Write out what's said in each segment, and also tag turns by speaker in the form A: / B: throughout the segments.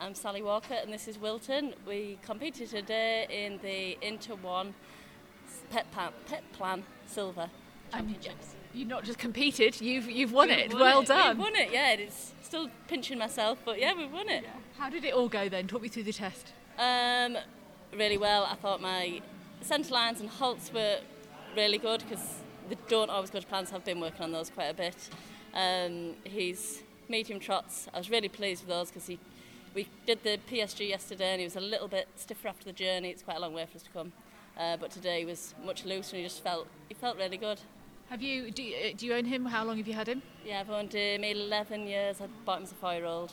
A: I'm Sally Walker and this is Wilton. We competed today in the Inter One Pet Plan, Pet Plan Silver Championships.
B: You've not just competed, you've, you've won it.
A: We've won
B: well
A: it.
B: done.
A: We won it, yeah. It's still pinching myself, but yeah, we won it.
B: How did it all go then? Talk me through the test.
A: Um, really well. I thought my centre lines and halts were really good because they don't always go to plans. I've been working on those quite a bit. Um, his medium trots, I was really pleased with those because he, we did the PSG yesterday and he was a little bit stiffer after the journey. It's quite a long way for us to come. Uh, but today he was much looser and he just felt, he felt really good.
B: Have you do, you- uh, do you own him? How long have you had him?
A: Yeah, I've owned him 11 years. I bought him as a four-year-old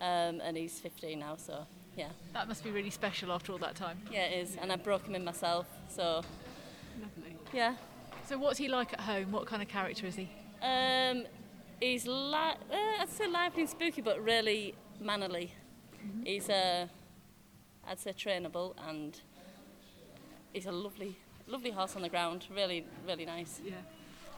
A: um, and he's 15 now, so yeah.
B: That must be really special after all that time.
A: Yeah, it is. And I broke him in myself, so
B: Lovely.
A: yeah.
B: So what's he like at home? What kind of character is he?
A: Um, he's li- uh, I'd say lively and spooky, but really mannerly. He's uh, I'd say trainable, and he's a lovely, lovely horse on the ground. Really, really nice.
B: Yeah.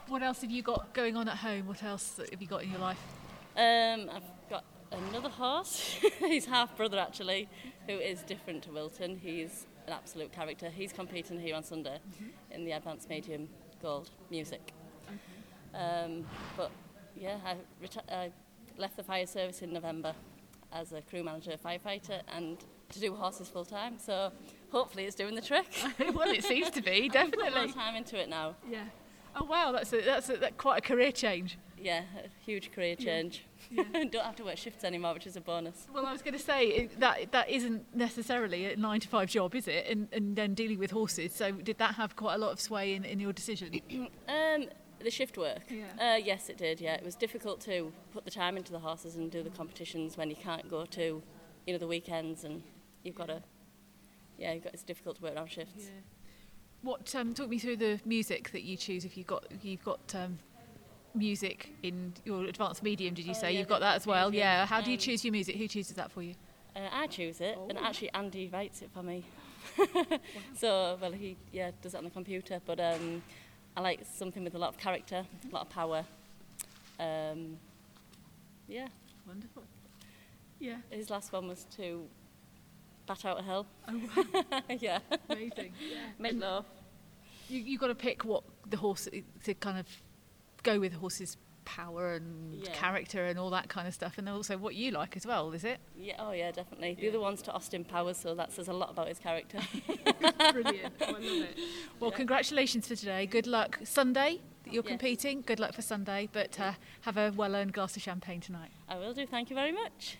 B: What else have you got going on at home? What else have you got in your life?
A: Um, I've got another horse. he's half brother actually, who is different to Wilton. He's an absolute character. He's competing here on Sunday in the advanced medium gold music. Um, but yeah, I, reti- I left the fire service in November as a crew manager, firefighter, and to do horses full time. So hopefully it's doing the trick.
B: well, it seems to be
A: Put a lot
B: definitely.
A: of time into it now.
B: Yeah. Oh wow, that's a, that's a, that quite a career change.
A: Yeah, a huge career change. Don't have to work shifts anymore, which is a bonus.
B: Well, I was going to say it- that that isn't necessarily a nine to five job, is it? And and then dealing with horses. So did that have quite a lot of sway in, in your decision?
A: Um, the shift work.
B: Yeah.
A: Uh, yes, it did. Yeah, it was difficult to put the time into the horses and do the competitions when you can't go to, you know, the weekends and you've got to. Yeah, you've got, it's difficult to work around shifts.
B: What um, talk me through the music that you choose if you got you've got um, music in your advanced medium? Did you
A: Oh,
B: say
A: yeah,
B: you've got that as well?
A: medium.
B: Yeah. How do you
A: Um,
B: choose your music? Who chooses that for you?
A: Uh, I choose it, and
B: Oh.
A: actually Andy writes it for me. So well, he yeah does it on the computer, but um, I like something with a lot of character, a lot of power. Um, yeah,
B: Wonderful. Yeah.
A: his last one was to bat out of hell.
B: Oh,
A: yeah,
B: amazing.
A: make love.
B: you you got to pick what the horse to kind of go with the horse's power and
A: Yeah.
B: character and all that kind of stuff, and then also what you like as well, is it?
A: Yeah, oh yeah, definitely. The other one's to Austin Powers, so that says a lot about his character.
B: Brilliant. Oh, I love it. Well,
A: Yeah.
B: congratulations for today. Good luck Sunday. that You're
A: Yes.
B: competing. Good luck for Sunday, but uh, have a well-earned glass of champagne tonight.
A: I will do, thank you very much.